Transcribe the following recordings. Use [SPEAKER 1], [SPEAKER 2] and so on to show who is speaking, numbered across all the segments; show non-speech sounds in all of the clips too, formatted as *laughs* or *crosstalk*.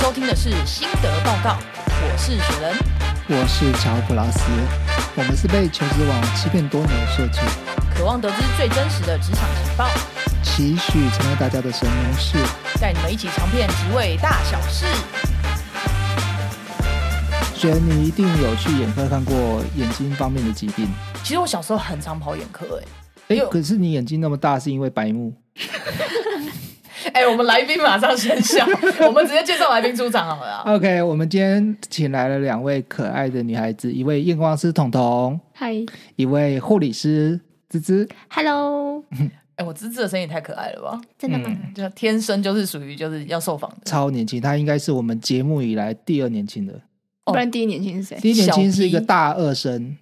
[SPEAKER 1] 收听的是心得报告，我是雪人。
[SPEAKER 2] 我是乔普拉斯，我们是被求职网欺骗多年的设计，
[SPEAKER 1] 渴望得知最真实的职场情报，
[SPEAKER 2] 期许成为大家的神农氏。
[SPEAKER 1] 带你们一起尝遍职位大小事。
[SPEAKER 2] 觉得你一定有去眼科看过眼睛方面的疾病，
[SPEAKER 1] 其实我小时候很常跑眼科、欸 *laughs*
[SPEAKER 2] 哎、
[SPEAKER 1] 有
[SPEAKER 2] 可是你眼睛那么大是因为白目，
[SPEAKER 1] 哎哎，我们来宾马上先笑，我们直接介绍来宾出场好了啊。
[SPEAKER 2] OK，我们今天请来了两位可爱的女孩子，一位验光师彤彤，
[SPEAKER 3] 嗨
[SPEAKER 2] 一位护理师芝芝。
[SPEAKER 3] ，Hello，
[SPEAKER 1] 哎，我芝芝的声音也太可爱了吧，
[SPEAKER 3] 真的吗？
[SPEAKER 2] 嗯
[SPEAKER 1] 就天生就是属于就是哦要受访的。
[SPEAKER 2] 超年轻，她应该是我们节目以来第二年轻的。
[SPEAKER 1] 哦
[SPEAKER 3] 不然第一年轻是谁？
[SPEAKER 2] 第一年轻是一个
[SPEAKER 1] 小 P
[SPEAKER 2] 大二生，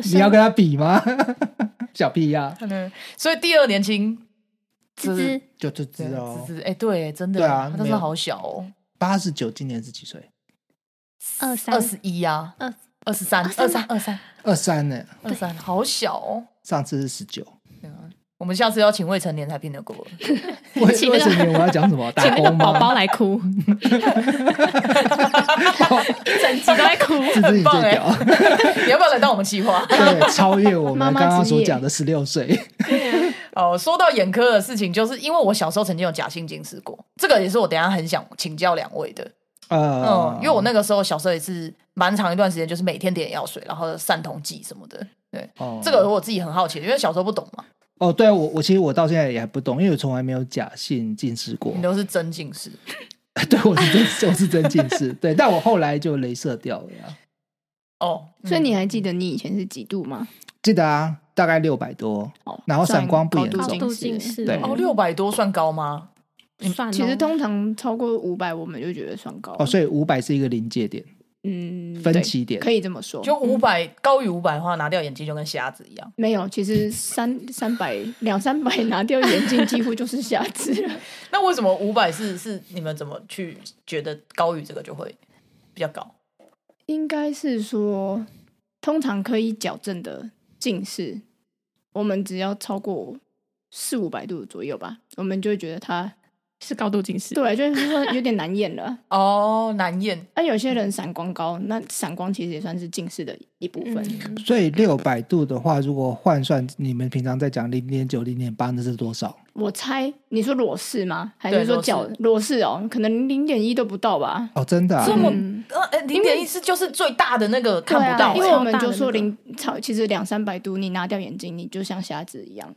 [SPEAKER 2] *laughs* 你要跟她比吗？ *laughs* 小屁呀、
[SPEAKER 1] 嗯，所以第二年轻，
[SPEAKER 3] 芝芝，
[SPEAKER 2] 就就知道哦
[SPEAKER 1] 芝芝，哎，对，真的，
[SPEAKER 2] 对啊
[SPEAKER 1] 他那
[SPEAKER 2] 没
[SPEAKER 1] 时候
[SPEAKER 2] 有
[SPEAKER 1] 好小哦，
[SPEAKER 2] 八十九，今年是几岁？
[SPEAKER 3] 二三
[SPEAKER 1] 二十一啊，
[SPEAKER 3] 二
[SPEAKER 1] 二十三，二
[SPEAKER 3] 23
[SPEAKER 1] 三
[SPEAKER 3] 吧，
[SPEAKER 1] 二三，
[SPEAKER 2] 二三呢？
[SPEAKER 1] 二三，好小哦。
[SPEAKER 2] 上次是十
[SPEAKER 1] *laughs*
[SPEAKER 2] 九。
[SPEAKER 1] 对啊我们下次要请未成年才拼得过，
[SPEAKER 2] 为
[SPEAKER 3] 请
[SPEAKER 2] 为
[SPEAKER 3] 那
[SPEAKER 2] 什
[SPEAKER 3] 个
[SPEAKER 2] 么我要
[SPEAKER 1] *laughs*
[SPEAKER 2] 讲什么？打
[SPEAKER 3] 请那个
[SPEAKER 2] 工
[SPEAKER 3] 宝宝
[SPEAKER 2] 吗？
[SPEAKER 3] 来
[SPEAKER 2] *laughs*
[SPEAKER 3] 哭，
[SPEAKER 1] 一整集
[SPEAKER 3] 都在哭。
[SPEAKER 2] 这是你
[SPEAKER 1] 很棒哎
[SPEAKER 2] 最
[SPEAKER 1] 欸
[SPEAKER 2] 屌，
[SPEAKER 1] *laughs* 你要不要来到我们企划？
[SPEAKER 2] 对，超
[SPEAKER 1] *laughs*
[SPEAKER 2] 越我
[SPEAKER 3] 妈
[SPEAKER 2] 们
[SPEAKER 3] 妈
[SPEAKER 2] 刚刚
[SPEAKER 3] 之夜
[SPEAKER 2] 所讲的十六岁。
[SPEAKER 1] 哦，说到眼科的事情，就是因为我小时候曾经有假性近视过，这个也是我等一下很想请教两位的。嗯
[SPEAKER 2] 呃，，
[SPEAKER 1] 因为我那个时候小时候也是蛮长一段时间，就是每天点眼药水，然后散瞳剂什么的。对，
[SPEAKER 2] 哦
[SPEAKER 1] 这个我自己很好奇，因为小时候不懂嘛，
[SPEAKER 2] 哦，对啊我我其实我到现在也还不懂，因为我从来没有假性近视过
[SPEAKER 1] 你。都是真近视。
[SPEAKER 2] *laughs* 对，我是真我 *laughs* 是真近视，对，但我后来就镭射掉了啊。
[SPEAKER 1] 哦，嗯
[SPEAKER 3] 所以你还记得你以前是几度吗？
[SPEAKER 2] 记得啊，大概六百多
[SPEAKER 3] 哦，
[SPEAKER 2] 然后散光不
[SPEAKER 3] 算
[SPEAKER 2] 严
[SPEAKER 3] 高
[SPEAKER 2] 重。
[SPEAKER 3] 度近视，
[SPEAKER 2] 对
[SPEAKER 1] 哦，六百多算高吗？
[SPEAKER 3] *laughs* 算哦。
[SPEAKER 4] 其
[SPEAKER 3] 其
[SPEAKER 4] 实
[SPEAKER 3] 实通
[SPEAKER 4] 通常超过五百，我们就觉得算高
[SPEAKER 2] 哦，所以五百是一个临界点，
[SPEAKER 4] 嗯，
[SPEAKER 2] 分
[SPEAKER 4] 对
[SPEAKER 2] 歧点
[SPEAKER 4] 可以这么说。
[SPEAKER 1] 就五百、高于五百的话，拿掉眼镜就跟瞎子一样。
[SPEAKER 4] 没有，其实三三百两三百拿掉眼镜，几乎就是瞎子了。
[SPEAKER 1] 那为什么五百是是你们怎么去觉得高于这个就会比较高？
[SPEAKER 4] *laughs* 应该是说，通常可以矫正的近视，我们只要超过四五百度左右吧，我们就会觉得它
[SPEAKER 3] 是高度近视，
[SPEAKER 4] 对，就是说有点难验了。
[SPEAKER 1] 哦，难验
[SPEAKER 4] 那有些人散光高，那散光其实也算是近视的一部分。
[SPEAKER 3] 嗯
[SPEAKER 2] 所以六百度的话，如果换算你们平常在讲零点九、零点八，那是多少？
[SPEAKER 4] 我猜你说裸视吗？还
[SPEAKER 1] 对
[SPEAKER 4] 是说
[SPEAKER 1] 裸视
[SPEAKER 4] 矫裸视哦？可能零点一都不到吧。
[SPEAKER 2] 哦，真的、啊
[SPEAKER 1] 这，么
[SPEAKER 4] 嗯
[SPEAKER 1] 呃，哎，零点一是就是最大的那个
[SPEAKER 4] 对
[SPEAKER 1] 看不到、
[SPEAKER 4] 啊，因
[SPEAKER 1] 哎
[SPEAKER 4] 为我们就
[SPEAKER 3] 超
[SPEAKER 4] 说
[SPEAKER 3] 大的那
[SPEAKER 4] 零超，其实两三百度，你拿掉眼镜，你就像瞎子一样。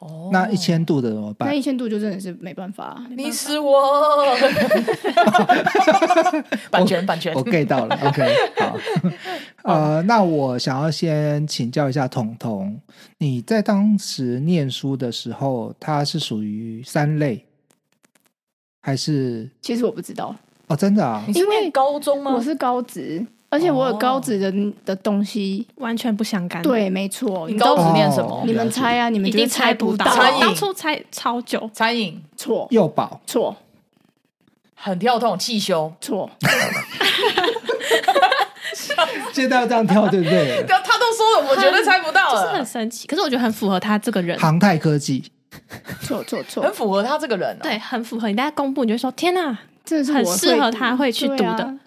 [SPEAKER 1] 哦
[SPEAKER 2] 那一千度的怎么办
[SPEAKER 4] 那？一千度就真的是没办法、啊。
[SPEAKER 1] 你是我 *laughs* 版权版权
[SPEAKER 2] 我 get 到了，OK，好。呃，那我想要先请教一下彤彤，你在当时念书的时候，它是属于三类，还是
[SPEAKER 4] 其实我不知道，
[SPEAKER 2] 哦，真的啊
[SPEAKER 1] 你？是
[SPEAKER 4] 因为
[SPEAKER 1] 念高中吗？
[SPEAKER 4] 我是高职，而且我有
[SPEAKER 3] 哦
[SPEAKER 4] 高职的、的东西。
[SPEAKER 3] 完全不相干。，
[SPEAKER 4] 对，没错，
[SPEAKER 1] 你
[SPEAKER 4] 都
[SPEAKER 1] 高职念什么
[SPEAKER 2] 哦？
[SPEAKER 4] 你们猜啊，你们
[SPEAKER 3] 一
[SPEAKER 4] 绝对
[SPEAKER 3] 定
[SPEAKER 4] 猜
[SPEAKER 3] 猜
[SPEAKER 4] 不
[SPEAKER 3] 不
[SPEAKER 4] 到
[SPEAKER 3] 到。
[SPEAKER 1] 猜
[SPEAKER 3] 我
[SPEAKER 1] 不
[SPEAKER 3] 当初猜超久，
[SPEAKER 1] 餐饮
[SPEAKER 4] 错
[SPEAKER 2] 幼保
[SPEAKER 4] 错
[SPEAKER 1] 很跳痛，汽修
[SPEAKER 4] 错，
[SPEAKER 2] 现在要这样跳，对不对
[SPEAKER 1] 对？啊，他都说了，我绝对猜不到
[SPEAKER 3] 就是
[SPEAKER 1] 了
[SPEAKER 3] 很，神奇。可是我觉得很符合他这个人，
[SPEAKER 2] 航太科技，
[SPEAKER 4] 错错
[SPEAKER 1] 很
[SPEAKER 3] 嗯
[SPEAKER 4] 错，
[SPEAKER 1] 符合他这个人、哦。
[SPEAKER 3] 对，很符合。你大家公布，你就会说天哪，
[SPEAKER 4] 这是
[SPEAKER 3] 很
[SPEAKER 4] 我
[SPEAKER 3] 适合
[SPEAKER 4] 读
[SPEAKER 3] 他会去读。
[SPEAKER 4] 对
[SPEAKER 3] 的
[SPEAKER 4] 啊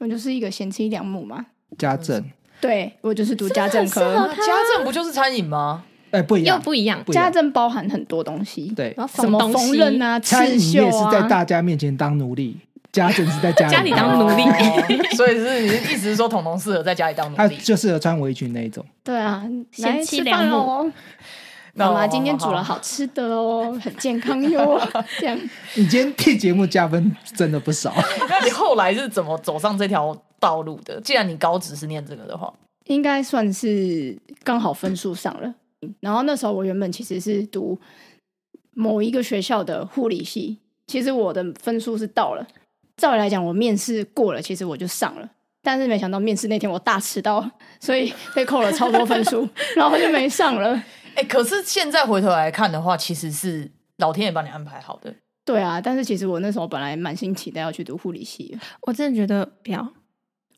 [SPEAKER 4] 我就是一个贤妻良母嘛，
[SPEAKER 2] 家政，
[SPEAKER 4] 对我就是读家政
[SPEAKER 3] 是不是很
[SPEAKER 4] 科
[SPEAKER 3] 适，
[SPEAKER 1] 家政不就是餐饮吗？
[SPEAKER 2] 哎，不一
[SPEAKER 3] 又
[SPEAKER 2] 样，
[SPEAKER 3] 不一样。
[SPEAKER 2] 不一
[SPEAKER 4] 家
[SPEAKER 2] 样，
[SPEAKER 4] 政包含很多东西，
[SPEAKER 2] 对，
[SPEAKER 3] 然后
[SPEAKER 4] 什么
[SPEAKER 3] 缝
[SPEAKER 4] 缝
[SPEAKER 3] 东西
[SPEAKER 4] 纫，啊、刺
[SPEAKER 2] 餐饮
[SPEAKER 4] 绣
[SPEAKER 2] 业是在
[SPEAKER 4] 啊，
[SPEAKER 2] 大家面前当奴隶，家政是在家
[SPEAKER 3] 家里当奴隶
[SPEAKER 1] 哦 *laughs* 所以是你意思是说，彤彤适合在家里当奴
[SPEAKER 2] 他
[SPEAKER 1] 隶？
[SPEAKER 2] 就适合穿围裙那一种。
[SPEAKER 4] 对啊，
[SPEAKER 3] 贤
[SPEAKER 4] 来
[SPEAKER 3] 妻
[SPEAKER 4] 吃
[SPEAKER 3] 良
[SPEAKER 4] 饭
[SPEAKER 3] 母
[SPEAKER 2] *laughs*
[SPEAKER 4] 哦。
[SPEAKER 1] 那
[SPEAKER 4] 妈
[SPEAKER 1] 好
[SPEAKER 4] 妈
[SPEAKER 2] 哦
[SPEAKER 4] 今天煮了好吃的哦，很健康哟。 *laughs* 这样
[SPEAKER 2] 你今天替节目加分真的不少。
[SPEAKER 4] *laughs*
[SPEAKER 1] 那你后来是怎么走上这条道路的？既然你高职是念这个的话，
[SPEAKER 4] 应该算是刚好分数上了。然后那时候我原本其实是读某一个学校的护理系，其实我的分数是到了。照理来讲，我面试过了，其实我就上了。但是没想到面试那天我大迟到，所以被扣了超多分数， *laughs* 然后就没上了。
[SPEAKER 1] 哎、可是现在回头来看的话，其实是老天爷帮你安排好的。
[SPEAKER 4] 对啊，但是其实我那时候本来满心期待要去读护理系的，
[SPEAKER 3] 我真的觉得不要，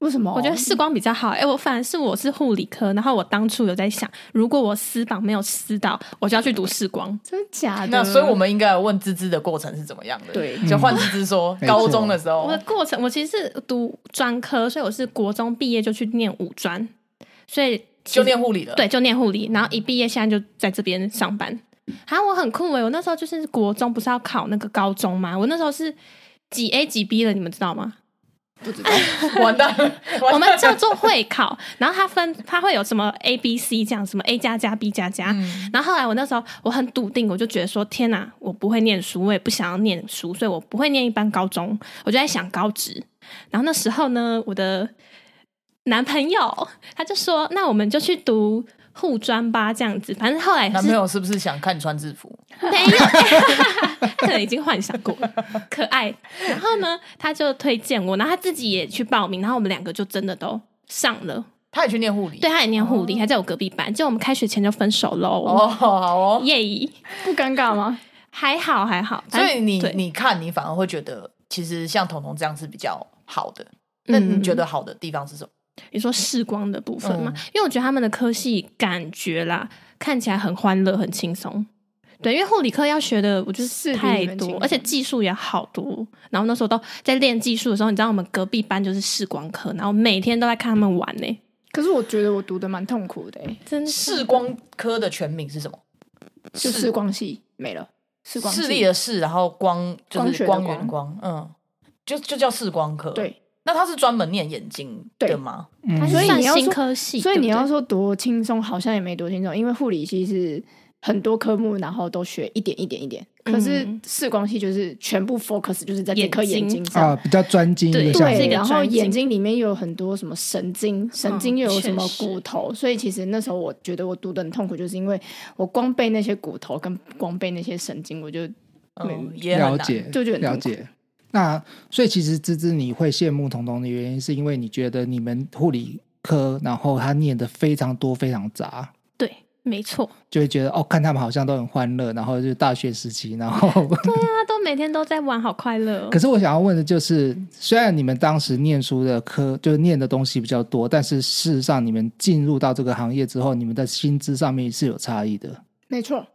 [SPEAKER 4] 为什么？
[SPEAKER 3] 我觉
[SPEAKER 1] 哦
[SPEAKER 3] 得视光比较好。哎、我反而是我是护理科，然后我当初有在想，如果我私榜没有私到，我就要去读视光。
[SPEAKER 4] 真的假的？
[SPEAKER 1] 那所以我们应该要问芝芝的过程是怎么样的？
[SPEAKER 4] 嗯对
[SPEAKER 1] 就换芝芝说，
[SPEAKER 2] 嗯
[SPEAKER 1] 高中的时候
[SPEAKER 3] 我的过程，我其实是读专科，所以我是国中毕业就去念五专，所以其实
[SPEAKER 1] 就念护理了，，
[SPEAKER 3] 对，就念护理，然后一毕业现在就在这边上班。啊，我很酷诶、我那时候就是国中不是要考那个高中吗？我那时候是几 A 几 B 了，你们知道吗？
[SPEAKER 1] 不知道，完蛋
[SPEAKER 4] *laughs*
[SPEAKER 1] 了，
[SPEAKER 3] *laughs* 我
[SPEAKER 1] 完
[SPEAKER 3] 们
[SPEAKER 1] 蛋了
[SPEAKER 3] 叫做会考，然后它分它会有什么 A、B、C 这样，什么 A 加加 B 加加。
[SPEAKER 1] 嗯
[SPEAKER 3] 然后后来我那时候我很笃定，我就觉得说天哪，我不会念书，我也不想要念书，所以我不会念一般高中，我就在想高职。然后那时候呢，我的男朋友他就说，那我们就去读护专吧，这样子。反正后来
[SPEAKER 1] 男
[SPEAKER 3] 是
[SPEAKER 1] 朋友是不是想看你穿制服？
[SPEAKER 3] 没有， *laughs* 他可能已经幻想过了，可爱。然后呢，他就推荐我，然后他自己也去报名，然后我们两个就真的都上了。
[SPEAKER 1] 他也去念护理，
[SPEAKER 3] 对，他也念护理，还在我隔壁班，就我们开学前就分手喽。
[SPEAKER 1] 哦，好
[SPEAKER 4] 嗯
[SPEAKER 1] 哦，
[SPEAKER 3] 耶、
[SPEAKER 4] 不尴
[SPEAKER 3] *laughs*
[SPEAKER 4] 尬吗？
[SPEAKER 3] 还好还好。
[SPEAKER 1] 所以你
[SPEAKER 3] 对
[SPEAKER 1] 你看，你反而会觉得，其实像彤彤这样是比较好的。那
[SPEAKER 4] 嗯
[SPEAKER 1] 你觉得好的地方是什么？
[SPEAKER 3] 你说视光的部分嘛，
[SPEAKER 1] 嗯
[SPEAKER 3] 因为我觉得他们的科系感觉啦，看起来很欢乐，很轻松。对，因为护理科要学的，我觉
[SPEAKER 4] 是
[SPEAKER 3] 得
[SPEAKER 4] 比
[SPEAKER 3] 太
[SPEAKER 4] 你们轻
[SPEAKER 3] 多
[SPEAKER 4] 松，
[SPEAKER 3] 而且技术也好多。然后那时候都在练技术的时候，你知道我们隔壁班就是视光科，然后每天都在看他们玩呢、
[SPEAKER 4] 可是我觉得我读的蛮痛苦的、欸，
[SPEAKER 3] 真的
[SPEAKER 1] 视光科的全名是什么？
[SPEAKER 4] 就视光系没了，视光系
[SPEAKER 1] 视力的视，然后光就
[SPEAKER 4] 光
[SPEAKER 1] 是
[SPEAKER 4] 学的
[SPEAKER 1] 光
[SPEAKER 4] 光
[SPEAKER 1] 源光，嗯，就就叫视光科。，
[SPEAKER 4] 对。
[SPEAKER 1] 那他是专门念眼睛的吗？
[SPEAKER 3] 它
[SPEAKER 2] 嗯
[SPEAKER 3] 是
[SPEAKER 4] 所以
[SPEAKER 3] 算
[SPEAKER 4] 你要
[SPEAKER 3] 新
[SPEAKER 4] 说
[SPEAKER 3] 科系，
[SPEAKER 4] 所以你
[SPEAKER 3] 对不
[SPEAKER 4] 要
[SPEAKER 3] 对
[SPEAKER 4] 说多轻松，好像也没多轻松，因为护理系是很多科目，然后都学一点一点一点。可是
[SPEAKER 3] 嗯
[SPEAKER 4] 视光系就是全部 focus 就是在这
[SPEAKER 3] 眼
[SPEAKER 4] 颗眼
[SPEAKER 3] 睛
[SPEAKER 4] 睛上。
[SPEAKER 2] 啊，比较专精
[SPEAKER 3] 对
[SPEAKER 2] 的项
[SPEAKER 3] 是一
[SPEAKER 4] 对，
[SPEAKER 3] 个
[SPEAKER 2] 目，
[SPEAKER 4] 然后
[SPEAKER 3] 专精
[SPEAKER 4] 眼
[SPEAKER 3] 嗯
[SPEAKER 4] 睛里面又有很多什么神经，神经又有什么
[SPEAKER 3] 确实
[SPEAKER 4] 骨头，所以其实那时候我觉得我读的很痛苦，就是因为我光背那些骨头跟光背那些神经，我就
[SPEAKER 1] 嗯，
[SPEAKER 4] 嗯
[SPEAKER 1] 也很
[SPEAKER 2] 了
[SPEAKER 1] 难。
[SPEAKER 2] 解，
[SPEAKER 4] 就觉得
[SPEAKER 2] 了
[SPEAKER 4] 很痛
[SPEAKER 2] 解。那所以其实芝芝你会羡慕彤彤的原因，是因为你觉得你们护理科，然后他念的非常多非常杂，
[SPEAKER 3] 对，没错，
[SPEAKER 2] 就会觉得哦，看他们好像都很欢乐，然后就是大学时期，然后
[SPEAKER 3] 大啊家都每天都在玩，好快乐哦。
[SPEAKER 2] 可是我想要问的就是，虽然你们当时念书的科就是念的东西比较多，但是事实上你们进入到这个行业之后，你们的薪资上面是有差异的。
[SPEAKER 4] 没错，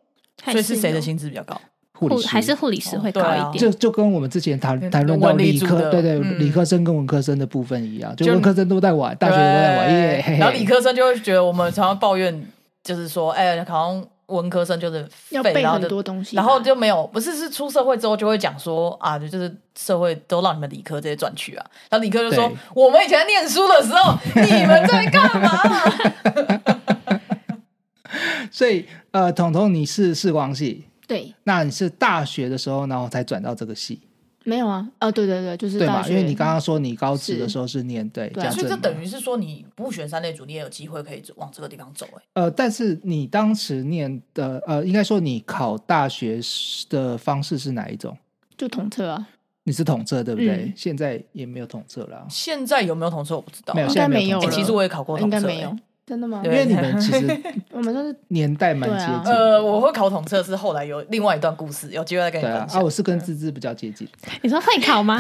[SPEAKER 3] 还
[SPEAKER 1] 所以是谁的
[SPEAKER 3] 有
[SPEAKER 1] 薪资比较高？
[SPEAKER 2] 护理
[SPEAKER 3] 护
[SPEAKER 2] 师
[SPEAKER 3] 还是护理师
[SPEAKER 1] 哦
[SPEAKER 3] 会高
[SPEAKER 1] 对啊
[SPEAKER 3] 一点？
[SPEAKER 2] 就就跟我们之前谈
[SPEAKER 1] 嗯
[SPEAKER 2] 谈论
[SPEAKER 1] 文
[SPEAKER 2] 到
[SPEAKER 1] 理
[SPEAKER 2] 理
[SPEAKER 1] 组
[SPEAKER 2] 科
[SPEAKER 1] 的
[SPEAKER 2] 对对、
[SPEAKER 1] 嗯
[SPEAKER 2] 理科生跟文科生的部分一样，就
[SPEAKER 1] 就
[SPEAKER 2] 文科生都在玩，大学都在玩，耶
[SPEAKER 1] 对
[SPEAKER 2] 嘿嘿。
[SPEAKER 1] 然后理科生就会觉得我们常常抱怨，就是说，哎，好像文科生就是
[SPEAKER 4] 要
[SPEAKER 1] 废
[SPEAKER 4] 背
[SPEAKER 1] 然后
[SPEAKER 4] 很
[SPEAKER 1] 就
[SPEAKER 4] 多东西吧，
[SPEAKER 1] 然后就没有，不是是出社会之后就会讲说啊，就是社会都让你们理科这些赚去啊。然后理科就说
[SPEAKER 2] 对，
[SPEAKER 1] 我们以前念书的时候，
[SPEAKER 2] *laughs*
[SPEAKER 1] 你们在干嘛？
[SPEAKER 2] 所以呃，彤彤你是视光系，
[SPEAKER 4] 对，
[SPEAKER 2] 那你是大学的时候，然后才转到这个系，
[SPEAKER 4] 没有啊，哦，对对对，就是
[SPEAKER 2] 对
[SPEAKER 4] 大
[SPEAKER 2] 吗？
[SPEAKER 4] 学，
[SPEAKER 2] 因为你刚刚说你高职
[SPEAKER 4] 是
[SPEAKER 2] 的时候是念对
[SPEAKER 4] 对
[SPEAKER 2] 家
[SPEAKER 4] 啊
[SPEAKER 1] 所以
[SPEAKER 2] 政
[SPEAKER 1] 这
[SPEAKER 2] 嘛，
[SPEAKER 1] 等于是说，你不选三类组，你也有机会可以往这个地方走、欸。
[SPEAKER 2] 呃，但是你当时念的呃，应该说你考大学时的方式是哪一种？
[SPEAKER 4] 就统测啊，
[SPEAKER 2] 你是统测对不对？
[SPEAKER 4] 嗯
[SPEAKER 2] 现在也没有统测了啊，
[SPEAKER 1] 现在有没有同事我不知道啊，
[SPEAKER 2] 没有，
[SPEAKER 4] 应
[SPEAKER 2] 现
[SPEAKER 4] 该
[SPEAKER 2] 在
[SPEAKER 4] 没
[SPEAKER 2] 有
[SPEAKER 4] 有
[SPEAKER 1] 欸
[SPEAKER 2] 统测
[SPEAKER 4] 了
[SPEAKER 1] 其实我也考过
[SPEAKER 4] 应
[SPEAKER 1] 统测、
[SPEAKER 4] 该没
[SPEAKER 1] 欸
[SPEAKER 4] 有，真的吗？
[SPEAKER 2] 因
[SPEAKER 1] 对
[SPEAKER 2] 为你们其实
[SPEAKER 4] 我们算是
[SPEAKER 2] 年代蛮接近
[SPEAKER 4] 对
[SPEAKER 2] 的。
[SPEAKER 1] 呃，我会考统测是后来有另外一段故事，有机会再跟你
[SPEAKER 2] 对啊
[SPEAKER 1] 分，
[SPEAKER 2] 啊，
[SPEAKER 1] 享。
[SPEAKER 2] 我是跟芝芝比较
[SPEAKER 1] *laughs*
[SPEAKER 2] 接近，
[SPEAKER 3] 你说会考吗？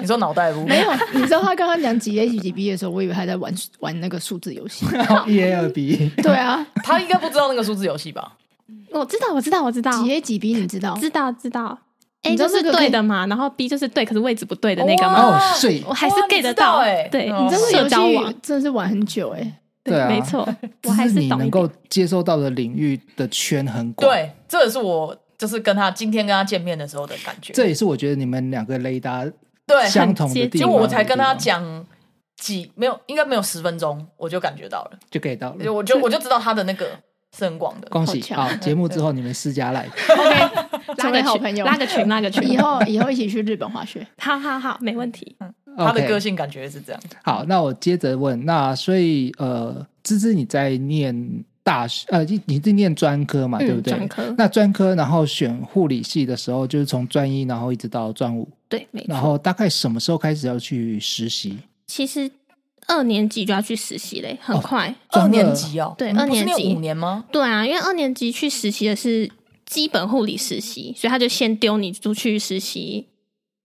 [SPEAKER 1] 你说脑袋不？
[SPEAKER 4] 没有，啊你知道他刚刚讲几 A 几几 B 的时候，我以为他在玩玩那个数字游
[SPEAKER 3] *laughs*
[SPEAKER 4] 戏。
[SPEAKER 2] 一，E A 二 B，
[SPEAKER 4] 对啊，
[SPEAKER 1] 他应该不知道那个数字游戏
[SPEAKER 3] *laughs*
[SPEAKER 1] 吧？
[SPEAKER 3] 我知道，我知道，我知道，
[SPEAKER 4] 几 A 几 B 你知道？
[SPEAKER 3] 知道知道。
[SPEAKER 4] 你
[SPEAKER 3] A
[SPEAKER 4] 知
[SPEAKER 3] 就
[SPEAKER 4] 道
[SPEAKER 3] 是
[SPEAKER 4] 这个可以
[SPEAKER 3] 对的嘛，然后 B 就是对，可是位置不对的那个嘛，
[SPEAKER 2] 哦
[SPEAKER 1] 哇，
[SPEAKER 2] 所以
[SPEAKER 3] 啊我还是
[SPEAKER 1] 哇
[SPEAKER 3] get
[SPEAKER 1] 你知
[SPEAKER 3] 得
[SPEAKER 1] 道
[SPEAKER 3] 到
[SPEAKER 1] 欸
[SPEAKER 3] 对，
[SPEAKER 1] 哦
[SPEAKER 4] 你知
[SPEAKER 3] 社
[SPEAKER 4] 道
[SPEAKER 3] 交
[SPEAKER 4] 那游
[SPEAKER 3] 网
[SPEAKER 4] 戏真的是玩很久哎、
[SPEAKER 2] 对啊
[SPEAKER 3] 没错，我
[SPEAKER 2] 就
[SPEAKER 3] 还
[SPEAKER 2] 是你
[SPEAKER 3] 懂
[SPEAKER 2] 能
[SPEAKER 3] 一
[SPEAKER 2] 够
[SPEAKER 3] 点。
[SPEAKER 2] 接收到的领域的圈很广，，
[SPEAKER 1] 对，这也是我就是跟他今天跟他见面的时候的感觉。
[SPEAKER 2] 这也是我觉得你们两个雷达
[SPEAKER 1] 对，
[SPEAKER 2] 相同的
[SPEAKER 3] 很
[SPEAKER 2] 地
[SPEAKER 3] 接
[SPEAKER 1] 结
[SPEAKER 2] 方。
[SPEAKER 3] 近
[SPEAKER 1] 果我才跟他，讲几没有，应该没有十分钟，我就感觉到了，
[SPEAKER 2] 就 get 到
[SPEAKER 1] 就
[SPEAKER 2] 了。
[SPEAKER 1] 我就我就知道他的那个是很广的。
[SPEAKER 2] 恭喜
[SPEAKER 4] 好！强
[SPEAKER 2] 好，节目之后你们私加来，
[SPEAKER 3] 拉
[SPEAKER 4] 成为
[SPEAKER 3] 个
[SPEAKER 4] 好
[SPEAKER 3] 群
[SPEAKER 4] 朋友
[SPEAKER 3] 拉个群，拉个群。
[SPEAKER 4] *laughs* 以后以后一起去日本滑雪，
[SPEAKER 3] 好好好，没问题。
[SPEAKER 1] *laughs* 他的
[SPEAKER 2] OK
[SPEAKER 1] 个性感觉是这样，
[SPEAKER 2] 好，那我接着问，那所以呃，芝芝你在念大学，呃，你你是念专科嘛，对不
[SPEAKER 3] 嗯，
[SPEAKER 2] 对？
[SPEAKER 3] 专科，
[SPEAKER 2] 那专科，然后选护理系的时候，就是从专一，然后一直到专五，
[SPEAKER 3] 对，没
[SPEAKER 2] 然
[SPEAKER 3] 错。
[SPEAKER 2] 后大概什么时候开始要去实习？
[SPEAKER 3] 其实二年级就要去实习嘞，很快。
[SPEAKER 2] 专
[SPEAKER 1] 二
[SPEAKER 2] 二
[SPEAKER 1] 年级哦，
[SPEAKER 3] 对
[SPEAKER 1] 你们不是
[SPEAKER 3] 二年级
[SPEAKER 1] 念五年吗？
[SPEAKER 3] 对啊，因为二年级去实习的是基本护理实习，所以他就先丢你出去实习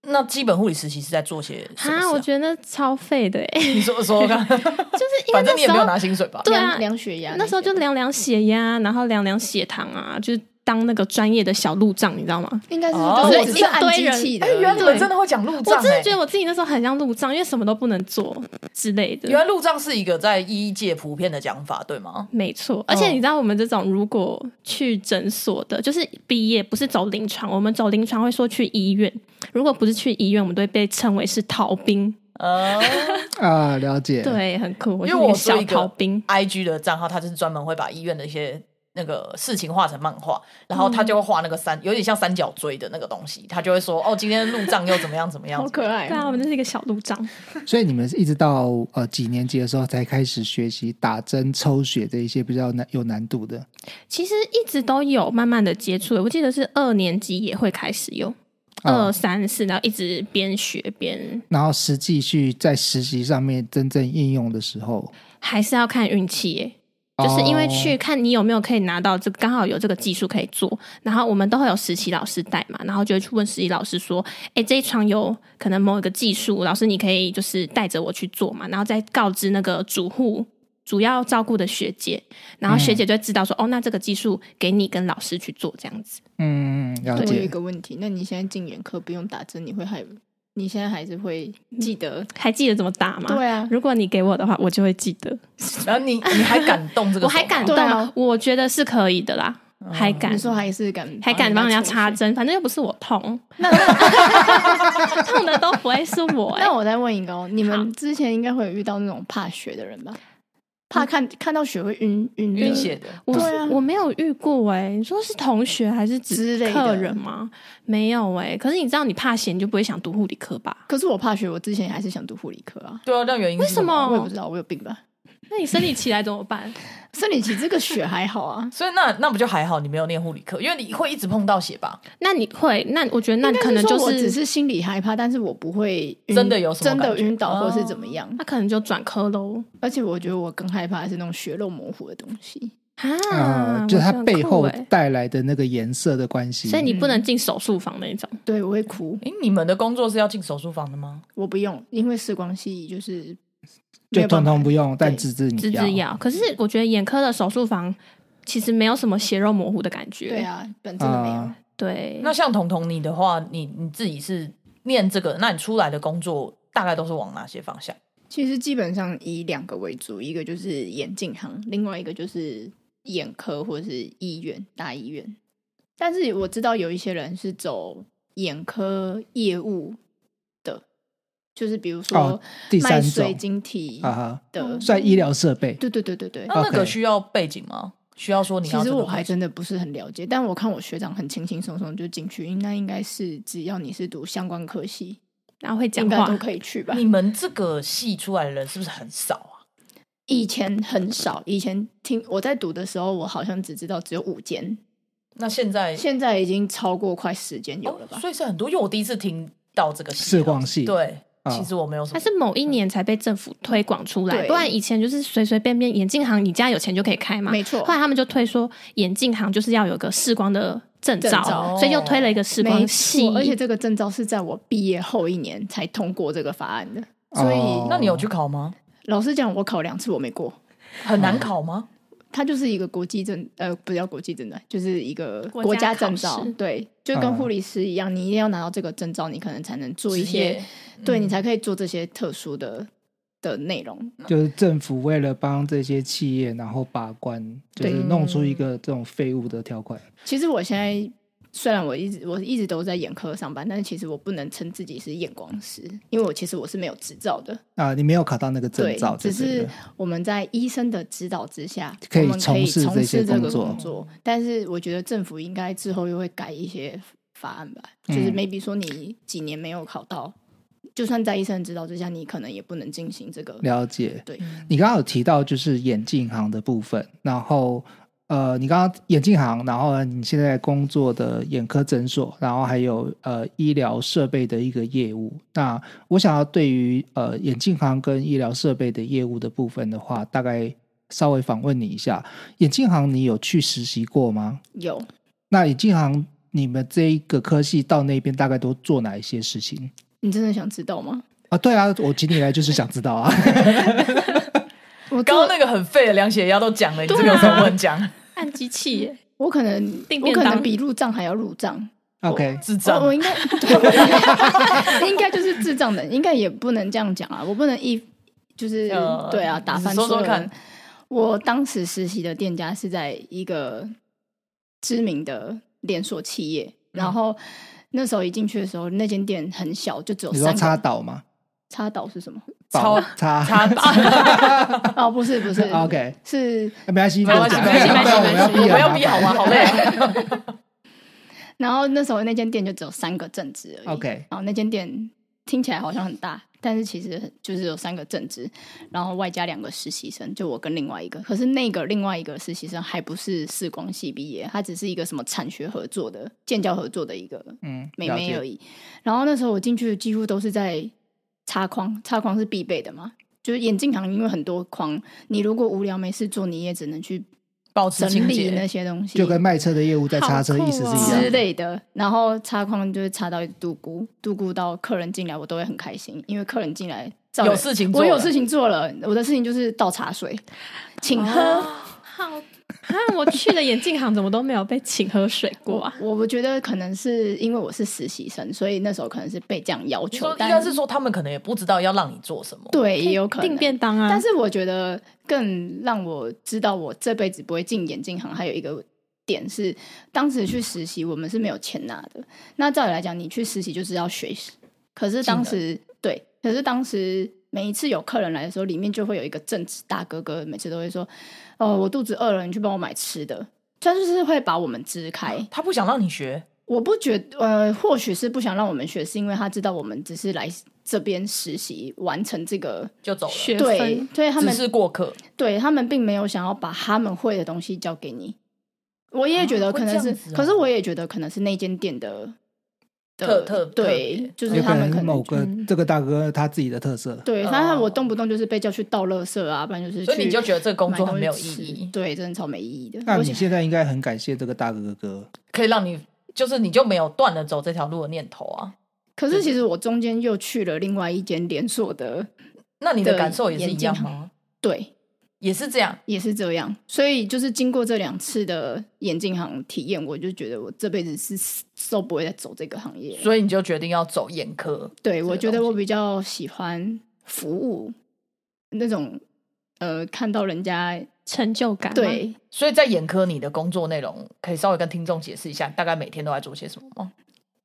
[SPEAKER 1] 那基本护理实习是在做些什么事、
[SPEAKER 3] 啊，我觉得超废的、欸， *laughs*
[SPEAKER 1] *laughs* 你说说看，
[SPEAKER 3] 就是因为
[SPEAKER 1] 反正
[SPEAKER 3] 那
[SPEAKER 1] 你也
[SPEAKER 3] 时
[SPEAKER 1] 没有
[SPEAKER 3] 候
[SPEAKER 1] 拿薪水吧？
[SPEAKER 3] 对啊
[SPEAKER 4] 量，量血压
[SPEAKER 3] 那时候就
[SPEAKER 4] 些的
[SPEAKER 3] 量量血压，啊然后量量血糖啊，就是当那个专业的小路障，你知道吗？
[SPEAKER 4] 应该是
[SPEAKER 1] 哦
[SPEAKER 4] 就
[SPEAKER 1] 我
[SPEAKER 4] 是只
[SPEAKER 1] 一
[SPEAKER 4] 是按
[SPEAKER 3] 堆
[SPEAKER 4] 机
[SPEAKER 3] 人
[SPEAKER 4] 器的
[SPEAKER 1] 哎、
[SPEAKER 4] 而已，
[SPEAKER 1] 原
[SPEAKER 3] 对
[SPEAKER 1] 本真的会讲路障、
[SPEAKER 3] 我
[SPEAKER 1] 欸，
[SPEAKER 3] 真的觉得我自己那时候很像路障，因为什么都不能做之类
[SPEAKER 1] 原
[SPEAKER 3] 的。
[SPEAKER 1] 来路障是一个在医界普遍的讲法，对吗？
[SPEAKER 3] 没错，
[SPEAKER 1] 哦
[SPEAKER 3] 而且你知道我们这种如果去诊所的，就是毕业不是走临床，我们走临床会说去医院，如果不是去医院，我们都会被称为是逃兵。
[SPEAKER 1] *laughs* 呃
[SPEAKER 2] 啊，了解。，
[SPEAKER 3] 对，很酷，我
[SPEAKER 1] 因
[SPEAKER 3] 是
[SPEAKER 1] 为我
[SPEAKER 3] 个
[SPEAKER 1] 做
[SPEAKER 3] 小
[SPEAKER 1] 一个
[SPEAKER 3] 逃兵。
[SPEAKER 1] ，IG 的账号，它就是专门会把医院的一些那个事情画成漫画，然后他就会画那个三，有点像三角锥的那个东西，他就会说哦，今天路障又怎么样怎么样
[SPEAKER 4] 好。可爱
[SPEAKER 3] 对啊，
[SPEAKER 4] 哦。
[SPEAKER 3] 我们就是一个小路障。
[SPEAKER 2] 所以你们是一直到呃几年级的时候才开始学习打针、抽血这一些比较难有难度的
[SPEAKER 3] 其实一直都有慢慢的接触，我记得是二年级也会开始用，
[SPEAKER 2] 啊
[SPEAKER 3] 二三四，然后一直边学边，
[SPEAKER 2] 然后实际去在实习上面真正应用的时候，
[SPEAKER 3] 还是要看运气耶。就是因为去
[SPEAKER 2] 哦
[SPEAKER 3] 看你有没有可以拿到这个，刚好有这个技术可以做，然后我们都会有实习老师带嘛，然后就会去问实习老师说，哎，这一床有可能某一个技术，老师你可以就是带着我去做嘛，然后再告知那个主护主要照顾的学姐，然后学姐就会知道说，哦，那这个技术给你跟老师去做这样子。
[SPEAKER 2] 嗯，了
[SPEAKER 4] 我有一
[SPEAKER 2] 解。
[SPEAKER 4] 个问题，那你现在进眼科不用打针，你会害？你现在还是会记得？
[SPEAKER 3] 还记得怎么打吗？
[SPEAKER 4] 对啊
[SPEAKER 3] 如果你给我的话，我就会记得。
[SPEAKER 1] 然后你你还敢动 *laughs* 这个手吗？
[SPEAKER 3] 我还敢动
[SPEAKER 4] 对啊嗯
[SPEAKER 3] 我觉得是可以的啦，还敢
[SPEAKER 4] 你。说还是敢
[SPEAKER 3] 还敢帮人家插
[SPEAKER 4] 抽血？
[SPEAKER 3] 针，反正又不是我痛， *laughs* 痛的都不会是我、
[SPEAKER 4] *laughs*
[SPEAKER 3] *laughs* 欸。
[SPEAKER 4] 那我再问一个哦，你们之前应该会有遇到那种怕血的人吧？怕看看到血会晕晕的
[SPEAKER 1] 晕血的，
[SPEAKER 3] 我是、
[SPEAKER 4] 对啊
[SPEAKER 3] 我没有遇过哎、你说是同学还是
[SPEAKER 4] 之
[SPEAKER 3] 指
[SPEAKER 4] 类的
[SPEAKER 3] 客人吗？没有哎、可是你知道你怕血，你就不会想读护理科吧？
[SPEAKER 4] 可是我怕血，我之前还是想读护理科啊。
[SPEAKER 1] 对啊，那原因是
[SPEAKER 3] 为什
[SPEAKER 1] 么？，
[SPEAKER 3] 么？
[SPEAKER 4] 我也不知道，我有病吧？
[SPEAKER 3] 那你生理期来怎么
[SPEAKER 4] *laughs*
[SPEAKER 3] 办？
[SPEAKER 4] 生理期这个血还好啊
[SPEAKER 1] 所以那那不就还好，你没有念护理科，因为你会一直碰到血吧？
[SPEAKER 3] 那你会？那我觉得那
[SPEAKER 4] 应该
[SPEAKER 3] 可能
[SPEAKER 4] 说
[SPEAKER 3] 就
[SPEAKER 4] 我只
[SPEAKER 3] 是
[SPEAKER 4] 是心里害怕，但是我不会晕
[SPEAKER 1] 真的有什么
[SPEAKER 4] 真的
[SPEAKER 1] 感觉哦
[SPEAKER 4] 晕倒或是怎么样。
[SPEAKER 3] 那可能就转科喽
[SPEAKER 4] 而且我觉得我更害怕的是那种血肉模糊的东西。
[SPEAKER 3] 啊！
[SPEAKER 4] 嗯
[SPEAKER 2] 啊，就是它
[SPEAKER 3] 我觉得很
[SPEAKER 2] 背
[SPEAKER 3] 酷
[SPEAKER 2] 后
[SPEAKER 3] 欸
[SPEAKER 2] 带来的那个颜色的关系，
[SPEAKER 3] 所以你不能进手术房那一种。
[SPEAKER 4] 对，我会哭，
[SPEAKER 1] 诶，你们的工作是要进手术房的吗？
[SPEAKER 4] 我不用，因为视光系就是没
[SPEAKER 2] 就
[SPEAKER 4] 有办
[SPEAKER 2] 通
[SPEAKER 4] 法
[SPEAKER 2] 通不用，但
[SPEAKER 4] 对
[SPEAKER 2] 自制
[SPEAKER 3] 治
[SPEAKER 2] 你
[SPEAKER 3] 治药。可是我觉得眼科的手术房其实没有什么血肉模糊的感觉。
[SPEAKER 4] 对，啊，本真的没有。
[SPEAKER 2] 啊
[SPEAKER 3] 对。
[SPEAKER 1] 那像彤彤你的话，你你自己是念这个，那你出来的工作大概都是往哪些方向？
[SPEAKER 4] 其实基本上以两个为主，一个就是眼镜行，另外一个就是眼科或者是医院大医院。但是我知道有一些人是走眼科业务的，就是比如
[SPEAKER 2] 哦
[SPEAKER 4] 说
[SPEAKER 2] 第三
[SPEAKER 4] 卖水
[SPEAKER 2] 种
[SPEAKER 4] 晶体
[SPEAKER 2] 啊哈，
[SPEAKER 4] 的，
[SPEAKER 2] 算医疗设备
[SPEAKER 4] 对对对对对。
[SPEAKER 1] 那那个
[SPEAKER 2] OK
[SPEAKER 1] 需要背景吗？需要哦说你
[SPEAKER 4] 其
[SPEAKER 1] 要这
[SPEAKER 4] 实
[SPEAKER 1] 个
[SPEAKER 4] 我还
[SPEAKER 1] 工
[SPEAKER 4] 真的不是很了解，但我看我学长很轻轻松松就进去，应该应该是只要你是读相关科系，
[SPEAKER 3] 然后会讲
[SPEAKER 4] 应该都
[SPEAKER 3] 话，
[SPEAKER 4] 可以去吧
[SPEAKER 1] 作。你们这个系出来的人是不是很少啊？
[SPEAKER 4] 以前很少，以前听我在读的时候，我好像只知道只有五间，
[SPEAKER 1] 那现在
[SPEAKER 4] 现在已经超过快十间有了吧？
[SPEAKER 1] 哦所以是很多，因为我第一次听到这个系啊
[SPEAKER 2] 视光系
[SPEAKER 1] 对，
[SPEAKER 2] 啊
[SPEAKER 1] 其实我没有什
[SPEAKER 3] 它
[SPEAKER 1] 么。
[SPEAKER 3] 是某一年才被政府推广出来，
[SPEAKER 4] 对
[SPEAKER 3] 不然以前就是随随便便眼镜行，你家有钱就可以开嘛。
[SPEAKER 4] 没错
[SPEAKER 3] 后来他们就推说眼镜行就是要有个视光的证照，
[SPEAKER 4] 证照
[SPEAKER 3] 所以又推了一个视光
[SPEAKER 4] 没
[SPEAKER 3] 系
[SPEAKER 4] 错，。而且这个证照是在我毕业后一年才通过这个法案的。所以、
[SPEAKER 2] 哦
[SPEAKER 1] 那你有去考吗？
[SPEAKER 4] 老实讲，我考两次我没过，
[SPEAKER 1] 很
[SPEAKER 4] 哦
[SPEAKER 1] 难考吗？
[SPEAKER 4] 它就是一个国际证，呃，不叫国际证的，就是一个
[SPEAKER 3] 国家
[SPEAKER 4] 国家证
[SPEAKER 3] 考
[SPEAKER 4] 照
[SPEAKER 3] 试。
[SPEAKER 4] 对，就跟
[SPEAKER 2] 嗯
[SPEAKER 4] 护理师一样，你一定要拿到这个证照，你可能才能做一
[SPEAKER 1] 职业
[SPEAKER 4] 些，
[SPEAKER 3] 嗯
[SPEAKER 4] 对你才可以做这些特殊的的内容。
[SPEAKER 2] 就是政府为了帮这些企业，然后把关，就是
[SPEAKER 4] 对
[SPEAKER 2] 弄出一个这种废物的条款。
[SPEAKER 4] 其实我现在虽然我一直我一直都在眼科上班，但是其实我不能称自己是验光师，因为我其实我是没有执照的。
[SPEAKER 2] 啊，你没有考到那个证
[SPEAKER 4] 对
[SPEAKER 2] 照，，
[SPEAKER 4] 只
[SPEAKER 2] 就是了
[SPEAKER 4] 我们在医生的指导之下，
[SPEAKER 2] 可以
[SPEAKER 4] 我们可
[SPEAKER 2] 从
[SPEAKER 4] 以
[SPEAKER 2] 事
[SPEAKER 4] 从
[SPEAKER 2] 这
[SPEAKER 4] 事
[SPEAKER 2] 些
[SPEAKER 4] 这
[SPEAKER 2] 工
[SPEAKER 4] 个
[SPEAKER 2] 作
[SPEAKER 4] 工作。但是我觉得政府应该之后又会改一些法案吧，就是
[SPEAKER 2] 嗯
[SPEAKER 4] maybe 说你几年没有考到，就算在医生的指导之下，你可能也不能进行这个。
[SPEAKER 2] 了解。
[SPEAKER 4] 对，
[SPEAKER 2] 你刚刚有提到就是眼镜行的部分，然后呃，你刚刚眼镜行，然后呢你现在工作的眼科诊所，然后还有呃医疗设备的一个业务。那我想要对于呃眼镜行跟医疗设备的业务的部分的话，大概稍微访问你一下，眼镜行你有去实习过吗？
[SPEAKER 4] 有
[SPEAKER 2] 那眼镜行你们这一个科系到那边大概都做哪一些事情
[SPEAKER 4] 你真的想知道吗？
[SPEAKER 2] 啊？对啊，我请你来就是想知道啊。
[SPEAKER 4] 我
[SPEAKER 1] 刚刚
[SPEAKER 4] 做
[SPEAKER 1] 那个很废的量血压都讲了，你这个有什么不能讲？
[SPEAKER 3] 按机器耶，
[SPEAKER 4] 我可能
[SPEAKER 3] 订
[SPEAKER 4] 我
[SPEAKER 3] 便
[SPEAKER 4] 可能
[SPEAKER 3] 当
[SPEAKER 4] 比入账还要入账，
[SPEAKER 2] OK，
[SPEAKER 1] 智障
[SPEAKER 4] 哦我我应
[SPEAKER 1] *laughs*
[SPEAKER 4] 该对应该就是智障的，应该也不能这样讲啊，我不能一就是、
[SPEAKER 1] 呃
[SPEAKER 4] 对啊打翻
[SPEAKER 1] 你说
[SPEAKER 4] 所有
[SPEAKER 1] 说看
[SPEAKER 4] 人。我当时实习的店家是在一个知名的连锁企业，然
[SPEAKER 1] 嗯
[SPEAKER 4] 后那时候一进去的时候，那间店很小，就只有
[SPEAKER 2] 你说
[SPEAKER 4] 三
[SPEAKER 2] 插
[SPEAKER 4] 个。
[SPEAKER 2] 倒吗？
[SPEAKER 4] 插倒是什么？ *laughs*
[SPEAKER 2] 倒
[SPEAKER 1] 超
[SPEAKER 2] 插
[SPEAKER 1] 他
[SPEAKER 4] 哦，不是
[SPEAKER 2] *laughs*
[SPEAKER 4] 不是
[SPEAKER 2] OK，啊
[SPEAKER 4] 是
[SPEAKER 2] 没关系，
[SPEAKER 1] 没关系，
[SPEAKER 2] 不
[SPEAKER 1] 没关系，
[SPEAKER 2] 要
[SPEAKER 1] 没
[SPEAKER 2] 讲
[SPEAKER 1] 关系，
[SPEAKER 2] 不
[SPEAKER 1] 我们
[SPEAKER 2] 然我们
[SPEAKER 1] 要
[SPEAKER 2] 要
[SPEAKER 1] 逼
[SPEAKER 2] 逼很
[SPEAKER 1] 好
[SPEAKER 2] 麻
[SPEAKER 1] 吗？
[SPEAKER 2] 烦
[SPEAKER 1] 好累啊！
[SPEAKER 4] 然后那时候那间店就只有三个正职而已。
[SPEAKER 2] OK
[SPEAKER 4] 然后那间店听起来好像很大，但是其实很就是有三个正职，然后外加两个实习生，就我跟另外一个。可是那个另外一个实习生还不是视光系毕业，他只是一个什么产学合作的、建教合作的一个
[SPEAKER 2] 嗯，
[SPEAKER 4] 妹
[SPEAKER 2] 了
[SPEAKER 4] 妹
[SPEAKER 2] 解
[SPEAKER 4] 而已。然后那时候我进去几乎都是在擦框，擦框是必备的嘛。就是眼镜行，因为很多框，你如果无聊没事做，你也只能去
[SPEAKER 1] 保持
[SPEAKER 4] 整
[SPEAKER 1] 清
[SPEAKER 4] 理那
[SPEAKER 1] 洁，
[SPEAKER 4] 些东西，
[SPEAKER 2] 就跟卖车的业务在叉车
[SPEAKER 3] 好酷
[SPEAKER 2] 意思是
[SPEAKER 3] 哦
[SPEAKER 2] 一
[SPEAKER 4] 之
[SPEAKER 2] 样的。
[SPEAKER 4] 类的，然后擦框就是擦到一个度咕，度咕到客人进来，我都会很开心，因为客人进来照
[SPEAKER 1] 有
[SPEAKER 4] 了
[SPEAKER 1] 事情做
[SPEAKER 4] 我
[SPEAKER 1] 了，
[SPEAKER 4] 有事情做了，我的事情就是倒茶水，请喝。
[SPEAKER 1] 哦
[SPEAKER 3] 好啊！我去的眼镜行怎么都没有被请喝水过啊？
[SPEAKER 4] 我我觉得可能是因为我是实习生，所以那时候可能是被这样要
[SPEAKER 1] 你
[SPEAKER 4] 求
[SPEAKER 1] 说，应
[SPEAKER 4] 但
[SPEAKER 1] 该是说他们可能也不知道要让你做什么，
[SPEAKER 4] 对也有可能
[SPEAKER 3] 订便当啊，
[SPEAKER 4] 但是我觉得更让我知道我这辈子不会进眼镜行，还有一个点是，当时去实习我们是没有钱拿的。那照理来讲，你去实习就是要学习，可是当时对，可是当时每一次有客人来的时候，里面就会有一个正直大哥哥，每次都会说：“哦，我肚子饿了，你去帮我买吃的。”他就是会把我们支开，
[SPEAKER 1] 他不想让你学，
[SPEAKER 4] 我不觉呃，或许是不想让我们学，是因为他知道我们只是来这边实习，完成这个
[SPEAKER 1] 就走了，
[SPEAKER 3] 学
[SPEAKER 4] 对
[SPEAKER 3] 分，
[SPEAKER 4] 所以他
[SPEAKER 1] 只
[SPEAKER 4] 们
[SPEAKER 1] 是过客。
[SPEAKER 4] 对他们并没有想要把他们会的东西教给你。我也觉
[SPEAKER 1] 啊
[SPEAKER 4] 得
[SPEAKER 1] 会
[SPEAKER 4] 可能
[SPEAKER 1] 这
[SPEAKER 4] 是，
[SPEAKER 1] 样子哦
[SPEAKER 4] 可是我也觉得可能是那间店的的
[SPEAKER 1] 特特特
[SPEAKER 4] 对
[SPEAKER 1] 别，
[SPEAKER 4] 就是
[SPEAKER 2] 有
[SPEAKER 4] 他
[SPEAKER 2] 可能
[SPEAKER 4] 们可
[SPEAKER 2] 是
[SPEAKER 4] 能
[SPEAKER 2] 某
[SPEAKER 4] 就
[SPEAKER 2] 个这个大哥他自己的特色。
[SPEAKER 4] 对，反正
[SPEAKER 1] 哦
[SPEAKER 4] 我动不动就是被叫去倒垃圾啊，不然就是
[SPEAKER 1] 所以
[SPEAKER 4] 去
[SPEAKER 1] 你就觉得这个工
[SPEAKER 4] 买
[SPEAKER 1] 作
[SPEAKER 4] 东
[SPEAKER 1] 很
[SPEAKER 4] 西
[SPEAKER 1] 没有意
[SPEAKER 4] 吃
[SPEAKER 1] 义，
[SPEAKER 4] 对，真的超没意义的。
[SPEAKER 2] 那
[SPEAKER 4] 我
[SPEAKER 2] 你
[SPEAKER 4] 想
[SPEAKER 2] 现在应该很感谢这个大哥哥，
[SPEAKER 1] 可以让你就是你就没有断了走这条路的念头啊。
[SPEAKER 4] 可是其实我中间又去了另外一间连锁的，
[SPEAKER 1] 那你的
[SPEAKER 4] 的
[SPEAKER 1] 感受也是
[SPEAKER 4] 眼
[SPEAKER 1] 一
[SPEAKER 4] 镜
[SPEAKER 1] 样
[SPEAKER 4] 行
[SPEAKER 1] 吗？
[SPEAKER 4] 对，
[SPEAKER 1] 也是这样，
[SPEAKER 4] 也是这样，所以就是经过这两次的眼镜行体验，我就觉得我这辈子是都不会再走这个行业了。
[SPEAKER 1] 所以你就决定要走眼科。
[SPEAKER 4] 对，我
[SPEAKER 1] 个
[SPEAKER 4] 觉得
[SPEAKER 1] 东
[SPEAKER 4] 我
[SPEAKER 1] 西
[SPEAKER 4] 比较喜欢服务那种，呃，看到人家
[SPEAKER 3] 成就感。，
[SPEAKER 4] 对
[SPEAKER 1] 所以在眼科，你的工作内容可以稍微跟听众解释一下，大概每天都在做些什么吗？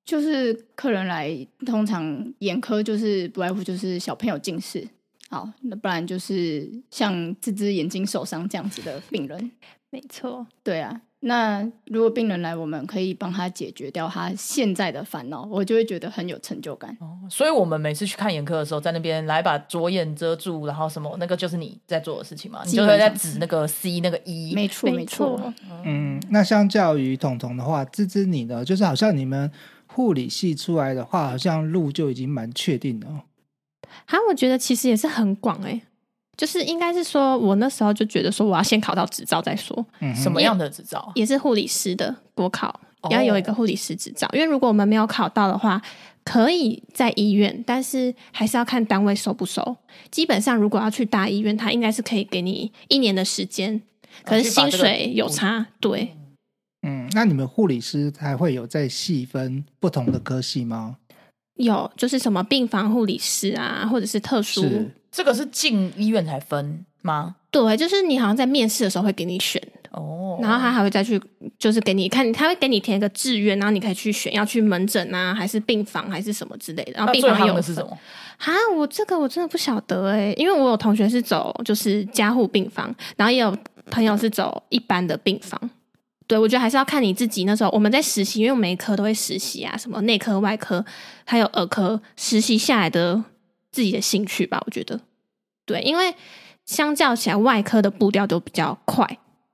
[SPEAKER 4] 就是客人来，通常眼科就是不外乎就是小朋友近视，好，那不然就是像这只眼睛受伤这样子的病人，
[SPEAKER 3] 没错，
[SPEAKER 4] 对啊。那如果病人来，我们可以帮他解决掉他现在的烦恼，我就会觉得很有成就感。
[SPEAKER 1] 所以我们每次去看眼科的时候，在那边来把左眼遮住，然后什么那个就是你在做的事情嘛，你
[SPEAKER 4] 基
[SPEAKER 1] 就
[SPEAKER 4] 本
[SPEAKER 1] 会在
[SPEAKER 4] 上
[SPEAKER 1] 指那个 C 那个 E。
[SPEAKER 4] 没错，没错，
[SPEAKER 3] 错，
[SPEAKER 2] 嗯，那相较于彤彤的话，芝芝你呢，就是好像你们护理系出来的话，好像路就已经蛮确定的哦。
[SPEAKER 3] 啊，我觉得其实也是很广哎、就是应该是说，我那时候就觉得说，我要先考到执照再说，
[SPEAKER 2] 嗯哼，
[SPEAKER 1] 什么样的执照啊？
[SPEAKER 3] 也是护理师的国考，
[SPEAKER 1] 哦
[SPEAKER 3] 要有一个护理师执照，因为如果我们没有考到的话，可以在医院，但是还是要看单位收不收。基本上，如果要去大医院，它应该是可以给你一年的时间，可是
[SPEAKER 1] 哦去把
[SPEAKER 3] 薪
[SPEAKER 1] 这个
[SPEAKER 3] 水有
[SPEAKER 1] 补
[SPEAKER 3] 差，对。
[SPEAKER 2] 嗯，那你们护理师还会有在细分不同的科系吗？
[SPEAKER 3] 有，就是什么病房护理师啊，或者是特殊，
[SPEAKER 2] 是
[SPEAKER 1] 这个是进医院才分吗？
[SPEAKER 3] 对，就是你好像在面试的时候会给你选，
[SPEAKER 1] 哦，
[SPEAKER 3] 然后他还会再去，就是给你看，他会给你填一个志愿，然后你可以去选要去门诊啊，还是病房，还是什么之类的。然后
[SPEAKER 1] 那
[SPEAKER 3] 病
[SPEAKER 1] 最
[SPEAKER 3] 房也
[SPEAKER 1] 夯
[SPEAKER 3] 有
[SPEAKER 1] 的是什
[SPEAKER 3] 分
[SPEAKER 1] 么？
[SPEAKER 3] 啊，我这个我真的不晓得哎、因为我有同学是走就是加护病房，然后也有朋友是走一般的病房。对，我觉得还是要看你自己。那时候我们在实习，因为我们每一科都会实习啊，什么内科、外科，还有儿科，实习下来的自己的兴趣吧。我觉得，对，因为相较起来，外科的步调都比较快，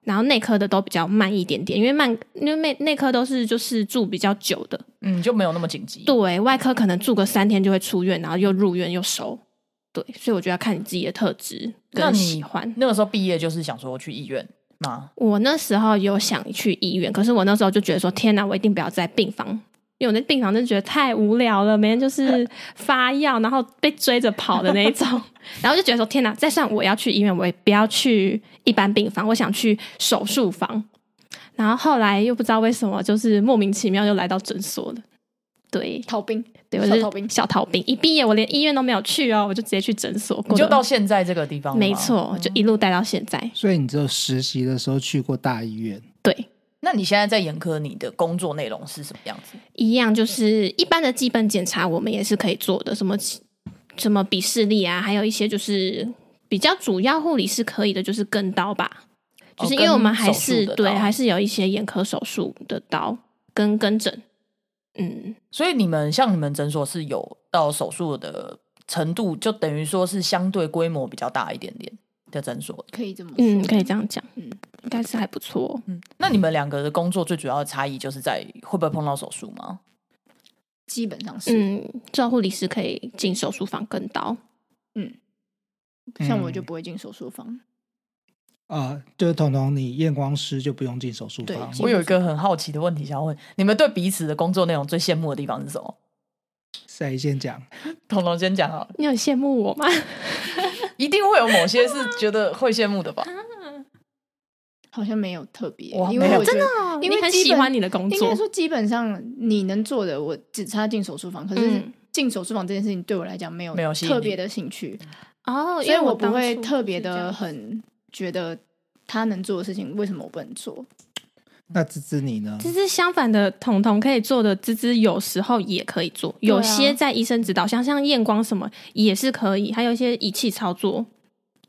[SPEAKER 3] 然后内科的都比较慢一点点，因为慢，因为内内科都是就是住比较久的，
[SPEAKER 1] 嗯，就没有那么紧急。
[SPEAKER 3] 对外科可能住个三天就会出院，然后又入院又收。对，所以我觉得要看你自己的特质
[SPEAKER 1] 那
[SPEAKER 3] 跟
[SPEAKER 1] 你
[SPEAKER 3] 喜欢。
[SPEAKER 1] 那个时候毕业就是想说去医院吗？
[SPEAKER 3] 我那时候有想去医院，可是我那时候就觉得说，天哪，我一定不要在病房，因为我在病房就觉得太无聊了，每天
[SPEAKER 1] *laughs*
[SPEAKER 3] 就是发药，然后被追着跑的那一种，然后就觉得说，天哪，再算我要去医院，我也不要去一般病房，我想去手术房。然后后来又不知道为什么，就是莫名其妙就来到诊所了。对，
[SPEAKER 4] 逃兵，
[SPEAKER 3] 对，我
[SPEAKER 4] 小
[SPEAKER 3] 是
[SPEAKER 4] 逃兵
[SPEAKER 3] 小逃兵。一毕业，我连医院都没有去哦，我就直接去诊所过
[SPEAKER 1] 你
[SPEAKER 3] 得。
[SPEAKER 1] 就到现在这个地方，
[SPEAKER 3] 没。错，就一路待到现在。
[SPEAKER 2] 所以你只有实习的时候去过大医院，
[SPEAKER 3] 对，
[SPEAKER 1] 那你现在在眼科，你的工作内容是什么样子？
[SPEAKER 3] 一样就是一般的基本检查，我们也是可以做的，什么什么鄙视力啊，还有一些就是比较主要护理是可以的，就是跟刀吧，
[SPEAKER 1] 哦
[SPEAKER 3] 就是因为我们还
[SPEAKER 1] 跟
[SPEAKER 3] 是
[SPEAKER 1] 手术的刀
[SPEAKER 3] 对还是有一些眼科手术的刀跟跟诊，嗯，
[SPEAKER 1] 所以你们像你们诊所是有到手术的程度，就等于说是相对规模比较大一点点的诊所。
[SPEAKER 4] 可以这么说，
[SPEAKER 3] 嗯，可以这样讲，
[SPEAKER 4] 嗯
[SPEAKER 3] 应该是还不错哦。
[SPEAKER 1] 嗯，那你们两个的工作最主要的差异就是在会不会碰到手术吗？
[SPEAKER 4] 基本上是，
[SPEAKER 3] 嗯，照护理师可以进手术房跟刀，
[SPEAKER 4] 像我就不会进手术房，
[SPEAKER 2] 啊，就是彤彤，你验光师就不用进手术
[SPEAKER 4] 对
[SPEAKER 2] 房，
[SPEAKER 1] 我有一个很好奇的问题想要问，你们对彼此的工作内容最羡慕的地方是什么？
[SPEAKER 2] 谁先讲？
[SPEAKER 4] 嗯
[SPEAKER 1] 彤彤先讲好了，
[SPEAKER 3] 你有羡慕我吗？
[SPEAKER 1] 一定会有某些是觉得会羡慕的
[SPEAKER 3] *laughs*
[SPEAKER 1] 吧？
[SPEAKER 4] 好像没有特别，
[SPEAKER 1] 哇
[SPEAKER 4] 因为
[SPEAKER 1] 没有
[SPEAKER 4] 我真的哦因为
[SPEAKER 3] 你很
[SPEAKER 4] 基
[SPEAKER 3] 喜
[SPEAKER 4] 本
[SPEAKER 3] 欢你的啊工
[SPEAKER 4] 应
[SPEAKER 3] 作
[SPEAKER 4] 该，说基本上你能做的，我只差进手术房，可是
[SPEAKER 3] 嗯，
[SPEAKER 4] 进手术房这件事情对我来讲没有
[SPEAKER 1] 没有吸引
[SPEAKER 4] 特
[SPEAKER 1] 力
[SPEAKER 4] 别的兴趣，
[SPEAKER 3] 哦，
[SPEAKER 4] 所以我不
[SPEAKER 3] 当
[SPEAKER 4] 会
[SPEAKER 3] 初
[SPEAKER 4] 特
[SPEAKER 3] 是
[SPEAKER 4] 别
[SPEAKER 3] 这样
[SPEAKER 4] 的
[SPEAKER 3] 子
[SPEAKER 4] 很觉得他能做的事情，为什么我不能做？
[SPEAKER 2] 那芝芝你呢？
[SPEAKER 3] 芝芝相反的，彤彤可以做的，芝芝有时候也可以做，
[SPEAKER 4] 对啊
[SPEAKER 3] 有些在医生指导下，像验光什么也是可以，还有一些仪器操作。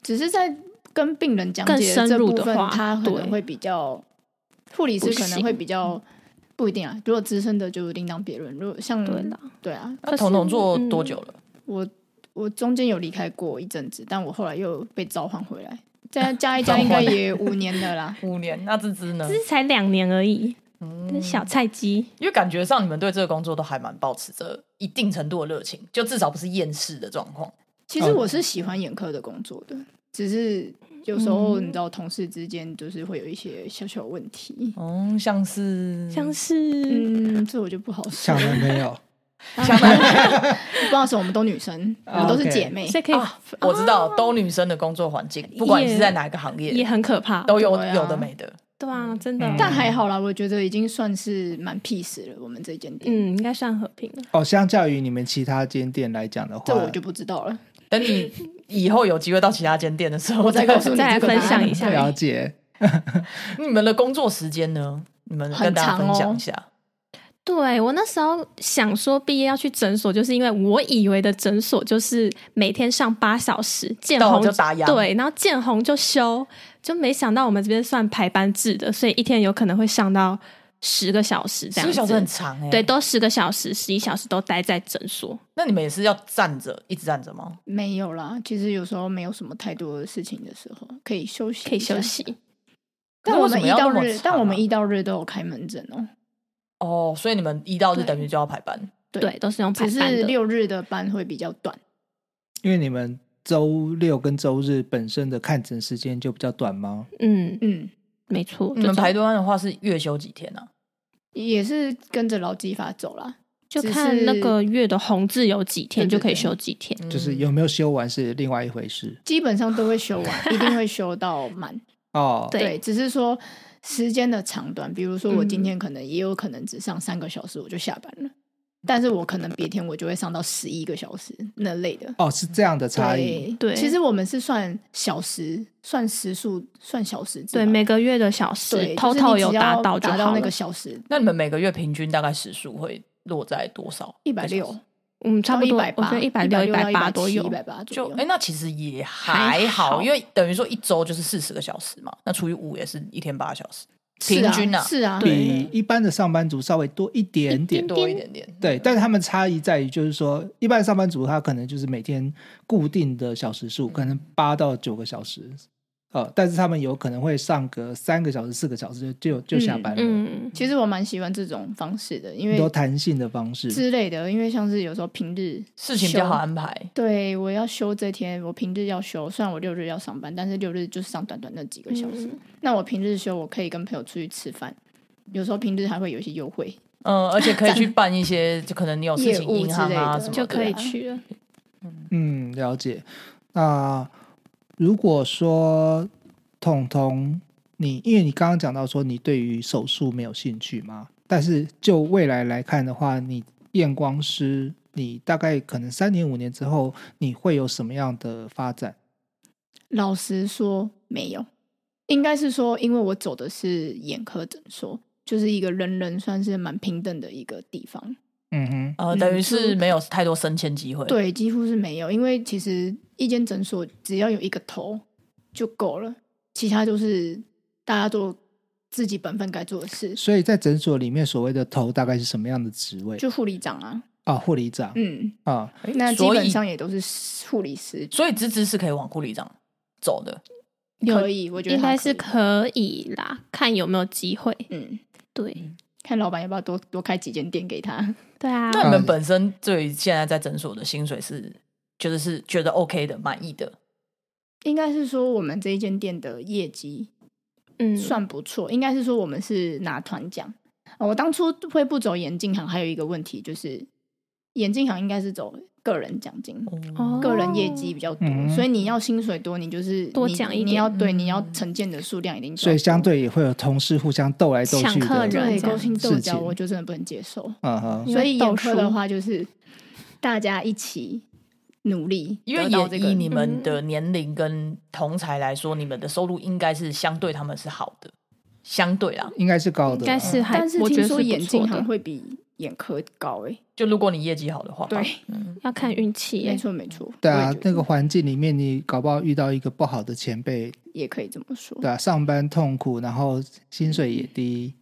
[SPEAKER 4] 只是在跟病人讲
[SPEAKER 3] 更
[SPEAKER 4] 解
[SPEAKER 3] 深
[SPEAKER 4] 这
[SPEAKER 3] 入
[SPEAKER 4] 部
[SPEAKER 3] 的
[SPEAKER 4] 分
[SPEAKER 3] 话，
[SPEAKER 4] 他可
[SPEAKER 3] 对
[SPEAKER 4] 能会比较，护理师
[SPEAKER 3] 不
[SPEAKER 4] 可能
[SPEAKER 3] 行嗯
[SPEAKER 4] 会比较不一定啊。如果资深的就另当别论。如果像
[SPEAKER 3] 对啦，
[SPEAKER 4] 对啊，
[SPEAKER 1] 那
[SPEAKER 3] 可是嗯
[SPEAKER 1] 彤彤做多久了？
[SPEAKER 4] 我我中间有离开过一阵子，但我后来又被召唤回来，
[SPEAKER 3] *laughs*
[SPEAKER 4] 再加一加应该也五年了啦。
[SPEAKER 1] 五年。那芝芝呢
[SPEAKER 3] 芝？芝才两年而已，
[SPEAKER 4] 嗯
[SPEAKER 3] 就是小菜鸡。
[SPEAKER 1] 因为感觉上你们对这个工作都还蛮保持着一定程度的热情，就至少不是厌世的状况。
[SPEAKER 4] 其实
[SPEAKER 3] 嗯
[SPEAKER 4] 我是喜欢眼科的工作的，只是有时候
[SPEAKER 3] 嗯
[SPEAKER 4] 你知道，同事之间就是会有一些小小问题。
[SPEAKER 1] 嗯，像是
[SPEAKER 3] 像是
[SPEAKER 4] 嗯，这我就不好说
[SPEAKER 2] 抢。男朋
[SPEAKER 4] *laughs*
[SPEAKER 2] 友，
[SPEAKER 4] 不好说，我们都女
[SPEAKER 3] *laughs*
[SPEAKER 4] 生，我们都是
[SPEAKER 2] OK
[SPEAKER 4] 姐妹。
[SPEAKER 3] 这哦可以，
[SPEAKER 1] 啊我知道，都女生的工作环境，不管你是在哪一个行
[SPEAKER 3] 啊也
[SPEAKER 1] 业，
[SPEAKER 3] 很可怕。
[SPEAKER 1] 都有
[SPEAKER 4] 对啊
[SPEAKER 1] 有的没的。
[SPEAKER 3] 对啊，真的。
[SPEAKER 4] 但还好啦，我觉得已经算是蛮 peace 了。我们这间店，
[SPEAKER 3] 嗯，应该算和平了。
[SPEAKER 2] 哦，相较于你们其他间店来讲的话，
[SPEAKER 4] 这我就不知
[SPEAKER 3] *laughs*
[SPEAKER 4] 道了。
[SPEAKER 1] 等你以后有机会到其他间店的时候，
[SPEAKER 4] 我再告诉你
[SPEAKER 3] 再来
[SPEAKER 4] 这个
[SPEAKER 3] 分
[SPEAKER 4] 答案
[SPEAKER 3] 享一下，
[SPEAKER 2] 了解。
[SPEAKER 1] 你们的工作时间呢？你们跟大家分
[SPEAKER 3] 哦
[SPEAKER 1] 享一下。
[SPEAKER 3] 对我那时候想说毕业要去诊所，就是因为我以为的诊所就是每天上八小时，见
[SPEAKER 1] 到
[SPEAKER 3] 红
[SPEAKER 1] 就打烊
[SPEAKER 3] 对，然后见红就休，就没想到我们这边算排班制的，所以一天有可能会上到十个小时
[SPEAKER 1] 十
[SPEAKER 3] 这样
[SPEAKER 1] 个
[SPEAKER 3] 子。
[SPEAKER 1] 小时很长哎、
[SPEAKER 4] 欸
[SPEAKER 3] 对，，都十个小时、十一小时都待在诊所。
[SPEAKER 1] 那你们也是要站着，一直站着吗？
[SPEAKER 4] 没有啦，其实有时候没有什么太多的事情的时候，可以休息，
[SPEAKER 3] 可以休息。
[SPEAKER 4] 但
[SPEAKER 1] 那
[SPEAKER 4] 我
[SPEAKER 1] 为什
[SPEAKER 4] 们
[SPEAKER 1] 么
[SPEAKER 4] 一
[SPEAKER 1] 要
[SPEAKER 4] 到
[SPEAKER 1] 那么
[SPEAKER 4] 日
[SPEAKER 1] 长，
[SPEAKER 4] 但我们
[SPEAKER 1] 啊
[SPEAKER 4] 一到日都有开门诊哦。
[SPEAKER 1] 哦，所以你们一到日
[SPEAKER 4] 对
[SPEAKER 1] 等于就要排班。
[SPEAKER 4] 对
[SPEAKER 3] 对，都是用排
[SPEAKER 4] 只
[SPEAKER 3] 班
[SPEAKER 4] 是
[SPEAKER 3] 的。
[SPEAKER 4] 六日的班会比较短，
[SPEAKER 2] 因为你们周六跟周日本身的看诊时间就比较短吗？
[SPEAKER 3] 嗯，
[SPEAKER 4] 嗯，
[SPEAKER 3] 没错。
[SPEAKER 1] 你们
[SPEAKER 3] 就
[SPEAKER 1] 排多班的话是月休几天啊？
[SPEAKER 4] 也是跟着劳基法走啦。
[SPEAKER 3] 就
[SPEAKER 4] 只
[SPEAKER 3] 看
[SPEAKER 4] 是
[SPEAKER 3] 那个月的红字有几天
[SPEAKER 4] 对对
[SPEAKER 3] 就可以
[SPEAKER 4] 对
[SPEAKER 3] 休几天。
[SPEAKER 1] 嗯
[SPEAKER 2] 就是有没有修完是另外一回事
[SPEAKER 4] 基本上都会休完，一定会休到满。
[SPEAKER 2] 哦。
[SPEAKER 3] *laughs* 对
[SPEAKER 4] 对，只是说时间的长短，比如说我今
[SPEAKER 3] 嗯
[SPEAKER 4] 天可能也有可能只上三个小时我就下班了，但是我可能别天我就会上到十一个小时那类的。
[SPEAKER 2] 哦，是这样的差异。
[SPEAKER 4] 对
[SPEAKER 3] 对
[SPEAKER 4] 其实我们是算小时、算时数、算小时制吧。
[SPEAKER 3] 对，每个月的小
[SPEAKER 4] 对
[SPEAKER 3] 时
[SPEAKER 4] 就是
[SPEAKER 3] ，total
[SPEAKER 4] 你只
[SPEAKER 3] 有
[SPEAKER 4] 要
[SPEAKER 3] 达
[SPEAKER 4] 达
[SPEAKER 3] 到就好
[SPEAKER 4] 到那
[SPEAKER 3] 了
[SPEAKER 4] 个小时
[SPEAKER 1] 那你们每个月平均大概时数会落在多少？
[SPEAKER 4] 一百六，
[SPEAKER 3] 嗯，差不多，
[SPEAKER 4] 一
[SPEAKER 3] 我
[SPEAKER 4] 百八，
[SPEAKER 3] 觉得一百
[SPEAKER 4] 六、
[SPEAKER 3] 六、一
[SPEAKER 4] 百
[SPEAKER 3] 百八都有
[SPEAKER 4] 一。百八左
[SPEAKER 1] 就
[SPEAKER 4] 右。
[SPEAKER 1] 哎、那其实也还
[SPEAKER 3] 还
[SPEAKER 1] 好，
[SPEAKER 3] 好
[SPEAKER 1] 因为等于说一周就是四十个小时嘛，那除以五也是一天八小时，
[SPEAKER 4] 是
[SPEAKER 1] 平均
[SPEAKER 4] 啊，是啊，
[SPEAKER 2] 比一般的上班族稍微多一点点。
[SPEAKER 1] 多一点点。
[SPEAKER 2] 对，但他们差异在于，就是说，一般
[SPEAKER 3] 嗯
[SPEAKER 2] 上班族他可能就是每天固定的小时数，可能八到九个小时，呃，但是他们有可能会上个三个小时、四个小时就就就下班了，
[SPEAKER 3] 嗯，
[SPEAKER 4] 其实我蛮喜欢这种方式的，因
[SPEAKER 2] 有
[SPEAKER 4] 为
[SPEAKER 2] 弹性的方式。
[SPEAKER 4] 之类的，因为像是有时候平日
[SPEAKER 1] 事情比较
[SPEAKER 4] 休
[SPEAKER 1] 好安排。
[SPEAKER 4] 对，我要休这天，我平日要休，虽然我六日要上班，但是六日就是上短短那几个小时。
[SPEAKER 3] 嗯
[SPEAKER 4] 那我平日休，我可以跟朋友出去吃饭，有时候平日还会有一些优惠。
[SPEAKER 1] 嗯，而且可以去办一些，就可能你有事情，
[SPEAKER 4] 业务
[SPEAKER 1] 银行啊
[SPEAKER 4] 之类的
[SPEAKER 1] *laughs* 什么的
[SPEAKER 3] 就可以
[SPEAKER 4] 对啊
[SPEAKER 3] 去了。
[SPEAKER 2] 嗯，了解。那如果说彤彤，你因为你刚刚讲到说你对于手术没有兴趣嘛，但是就未来来看的话，你验光师，你大概可能三年五年之后，你会有什么样的发展？
[SPEAKER 4] 老实说，没有，应该是说，因为我走的是眼科诊所，就是一个人人算是蛮平等的一个地方。
[SPEAKER 2] 嗯哼，
[SPEAKER 1] 呃，
[SPEAKER 4] 嗯
[SPEAKER 1] 等于是
[SPEAKER 4] 就
[SPEAKER 1] 没有太多升迁机会。，
[SPEAKER 4] 对，几乎是没有，因为其实一间诊所只要有一个头就够了，其他就是大家做自己本分该做的事，
[SPEAKER 2] 所以在诊所里面所谓的头大概是什么样的职位
[SPEAKER 4] 就护理长啊，
[SPEAKER 2] 啊？护理长
[SPEAKER 4] 嗯，
[SPEAKER 2] 啊，
[SPEAKER 4] 那基
[SPEAKER 1] 所
[SPEAKER 4] 本
[SPEAKER 1] 以
[SPEAKER 4] 上也都是护理师，
[SPEAKER 1] 所以芝芝是可以往护理长走的。
[SPEAKER 3] 有
[SPEAKER 4] 可以，我觉得
[SPEAKER 3] 应
[SPEAKER 4] 还
[SPEAKER 3] 该是
[SPEAKER 4] 可
[SPEAKER 3] 可以啦，看有没有机会。
[SPEAKER 4] 以，嗯，
[SPEAKER 3] 对，
[SPEAKER 4] 看老板要不要多多开几间店给他。 *laughs*
[SPEAKER 3] 对啊，
[SPEAKER 1] 那你
[SPEAKER 2] 嗯
[SPEAKER 1] 们本身对于现在在诊所的薪水是，就是是觉得 OK 的、满意的，
[SPEAKER 4] 应该是说我们这一间店的业绩
[SPEAKER 3] 嗯，
[SPEAKER 4] 算不错，应该是说我们是拿团奖。呃我当初会不走眼镜行，还有一个问题就是，眼镜行应该是走个人奖金。
[SPEAKER 3] 哦
[SPEAKER 4] 个人业绩比较多，
[SPEAKER 2] 嗯
[SPEAKER 4] 所以你要薪水多，你就是
[SPEAKER 3] 多
[SPEAKER 4] 你
[SPEAKER 3] 讲一
[SPEAKER 4] 你
[SPEAKER 3] 点
[SPEAKER 4] 要对
[SPEAKER 1] 嗯
[SPEAKER 4] 你要呈现的数量一定就要多，
[SPEAKER 2] 所以相对也会有同事互相斗来斗
[SPEAKER 3] 抢
[SPEAKER 2] 去的
[SPEAKER 3] 客人
[SPEAKER 4] 对
[SPEAKER 3] 这样
[SPEAKER 4] 勾心斗
[SPEAKER 2] 事
[SPEAKER 4] 角，
[SPEAKER 2] 情
[SPEAKER 4] 我就真的不能接受。
[SPEAKER 2] 嗯哼，
[SPEAKER 3] 因
[SPEAKER 4] 所
[SPEAKER 3] 为
[SPEAKER 4] 以
[SPEAKER 3] 斗
[SPEAKER 4] 眼科的
[SPEAKER 3] 输
[SPEAKER 4] 话，就是大家一起努力，
[SPEAKER 1] 因为
[SPEAKER 4] 得到这
[SPEAKER 1] 也
[SPEAKER 4] 个嗯
[SPEAKER 1] 以你们的年龄跟同才来说，你们的收入应该是相对他们是好的，相对啊啦。
[SPEAKER 2] 应该是高的啦，啊
[SPEAKER 3] 应该是还，
[SPEAKER 4] 但是
[SPEAKER 3] 我觉
[SPEAKER 4] 听
[SPEAKER 3] 得
[SPEAKER 4] 说眼
[SPEAKER 3] 不
[SPEAKER 4] 镜
[SPEAKER 3] 错
[SPEAKER 4] 行
[SPEAKER 3] 的，
[SPEAKER 4] 会比眼科高诶、
[SPEAKER 1] 就如果你业绩好的话，
[SPEAKER 4] 对，
[SPEAKER 1] 嗯，
[SPEAKER 3] 要看运气耶
[SPEAKER 4] 没。错没错，
[SPEAKER 2] 对
[SPEAKER 4] 我也
[SPEAKER 2] 啊
[SPEAKER 4] 觉，得
[SPEAKER 2] 那个环境里面，你搞不好遇到一个不好的前辈，
[SPEAKER 1] 嗯
[SPEAKER 4] 也可以这么说，
[SPEAKER 2] 对啊，上班痛苦，然后薪水也低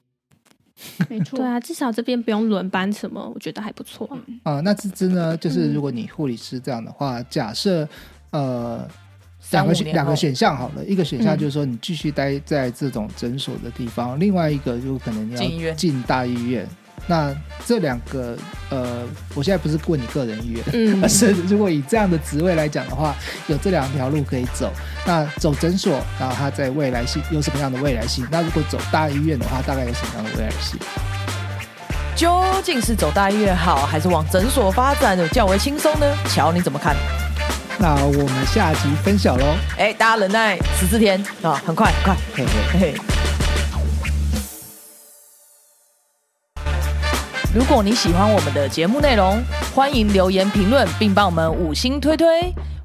[SPEAKER 4] 没错
[SPEAKER 3] 对，啊，至少这边不用轮班什么，我觉得还不错啊。
[SPEAKER 1] 嗯
[SPEAKER 2] 啊、那芝芝呢，就是如果你护理师这样的话，假设呃两
[SPEAKER 1] 三五
[SPEAKER 2] 个选
[SPEAKER 1] 年
[SPEAKER 2] 两
[SPEAKER 1] 后
[SPEAKER 2] 个选项好了，一个选项
[SPEAKER 3] 嗯
[SPEAKER 2] 就是说你继续待在这种诊所的地方，另外一个就可能你
[SPEAKER 1] 进医
[SPEAKER 2] 要
[SPEAKER 1] 院
[SPEAKER 2] 进大医院。那这两个呃，我现在不是问你个人意愿，*laughs*
[SPEAKER 3] 嗯
[SPEAKER 2] 而是如果以这样的职位来讲的话，有这两条路可以走。那走诊所，然后它在未来性有什么样的未来性？那如果走大医院的话，大概有什么样的未来 *laughs* 性？
[SPEAKER 1] 究竟是走大医院好，还是往诊所发展的较为轻松呢？瞧你怎么看？
[SPEAKER 2] 那我们下集分享喽，
[SPEAKER 1] 哎、大家忍耐十四天啊，很快很快，
[SPEAKER 2] 嘿
[SPEAKER 1] 嘿
[SPEAKER 2] 嘿。
[SPEAKER 1] 嘿。如果你喜欢我们的节目内容，欢迎留言评论，并帮我们五星推推，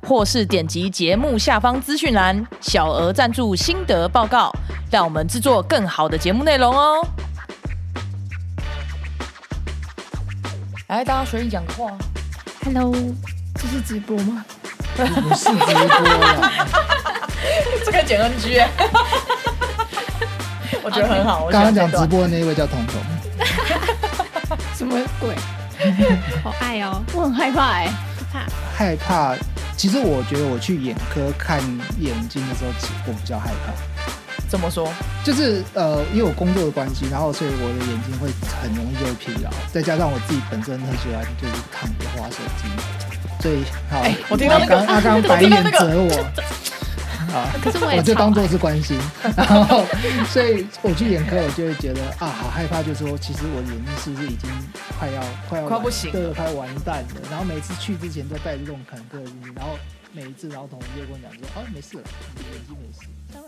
[SPEAKER 1] 或是点击节目下方资讯栏小额赞助心得报告，让我们制作更好的节目内容哦。来，哎大家随意讲个话。
[SPEAKER 3] Hello，
[SPEAKER 4] 这是直播吗？
[SPEAKER 2] 不是直播啦，
[SPEAKER 1] *laughs* 这个剪 NG，欸 *laughs* 我觉得很好。我喜
[SPEAKER 2] 刚
[SPEAKER 1] 欢
[SPEAKER 2] 刚
[SPEAKER 1] 这
[SPEAKER 2] 讲直
[SPEAKER 1] 段
[SPEAKER 2] 播的那一位叫彤彤，
[SPEAKER 4] 什么鬼？
[SPEAKER 3] 好爱哦，
[SPEAKER 4] 我很害怕哎、
[SPEAKER 3] 不怕。
[SPEAKER 2] 害怕。其实我觉得我去眼科看眼睛的时候，其实我比较害怕，
[SPEAKER 1] 怎么说？
[SPEAKER 2] 就是呃，因为我工作的关系，然后所以我的眼睛会很容易就会疲劳，再加上我自己本身很喜欢就是躺着划手机，所以好，
[SPEAKER 1] 哎 *laughs* 我听到那个
[SPEAKER 2] 阿刚阿刚白眼责我，
[SPEAKER 1] *laughs*
[SPEAKER 2] 啊，
[SPEAKER 3] 可是我也
[SPEAKER 2] 我就
[SPEAKER 3] 超
[SPEAKER 2] 当
[SPEAKER 3] 爱
[SPEAKER 2] 做是关心，然后所以我去眼科，我就会觉得啊，好害怕，就是说其实我眼睛是不是已经快要快要
[SPEAKER 1] 快
[SPEAKER 2] 完
[SPEAKER 1] 不行了
[SPEAKER 2] 对，快完蛋了。然后每次去之前都带着这种坎坷的心情，然后每一次，然后同学就跟我讲说，哦，没事了，你眼睛没事。
[SPEAKER 4] 当
[SPEAKER 1] 啊
[SPEAKER 4] 然